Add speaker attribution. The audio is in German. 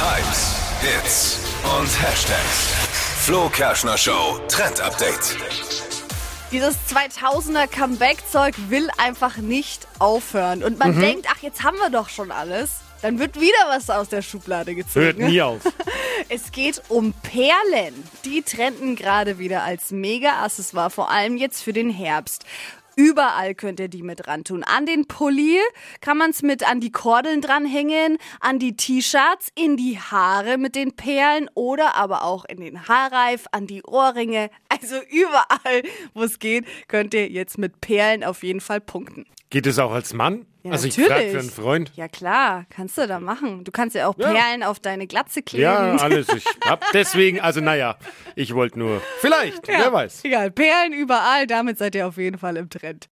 Speaker 1: Hypes, Hits und Hashtags. Flo Kerschner Show Trend Update.
Speaker 2: Dieses 2000er Comeback-Zeug will einfach nicht aufhören. Und
Speaker 3: Mhm.
Speaker 2: man denkt, ach, jetzt haben wir doch schon alles. Dann wird wieder was aus der Schublade
Speaker 3: Hört
Speaker 2: gezogen.
Speaker 3: nie auf.
Speaker 2: Es geht um Perlen. Die trenden gerade wieder als Mega-Accessoire, vor allem jetzt für den Herbst. Überall könnt ihr die mit ran tun. An den Pulli kann man es mit an die Kordeln dranhängen, an die T-Shirts, in die Haare mit den Perlen oder aber auch in den Haarreif, an die Ohrringe. Also überall, wo es geht, könnt ihr jetzt mit Perlen auf jeden Fall punkten.
Speaker 3: Geht es auch als Mann?
Speaker 2: Ja,
Speaker 3: also ich
Speaker 2: natürlich.
Speaker 3: frage für einen Freund.
Speaker 2: Ja klar, kannst du da machen. Du kannst ja auch Perlen auf deine Glatze kleben.
Speaker 3: Ja, alles. Ich hab deswegen, also naja, ich wollte nur. Vielleicht, wer weiß.
Speaker 2: Egal, Perlen überall, damit seid ihr auf jeden Fall im Trend.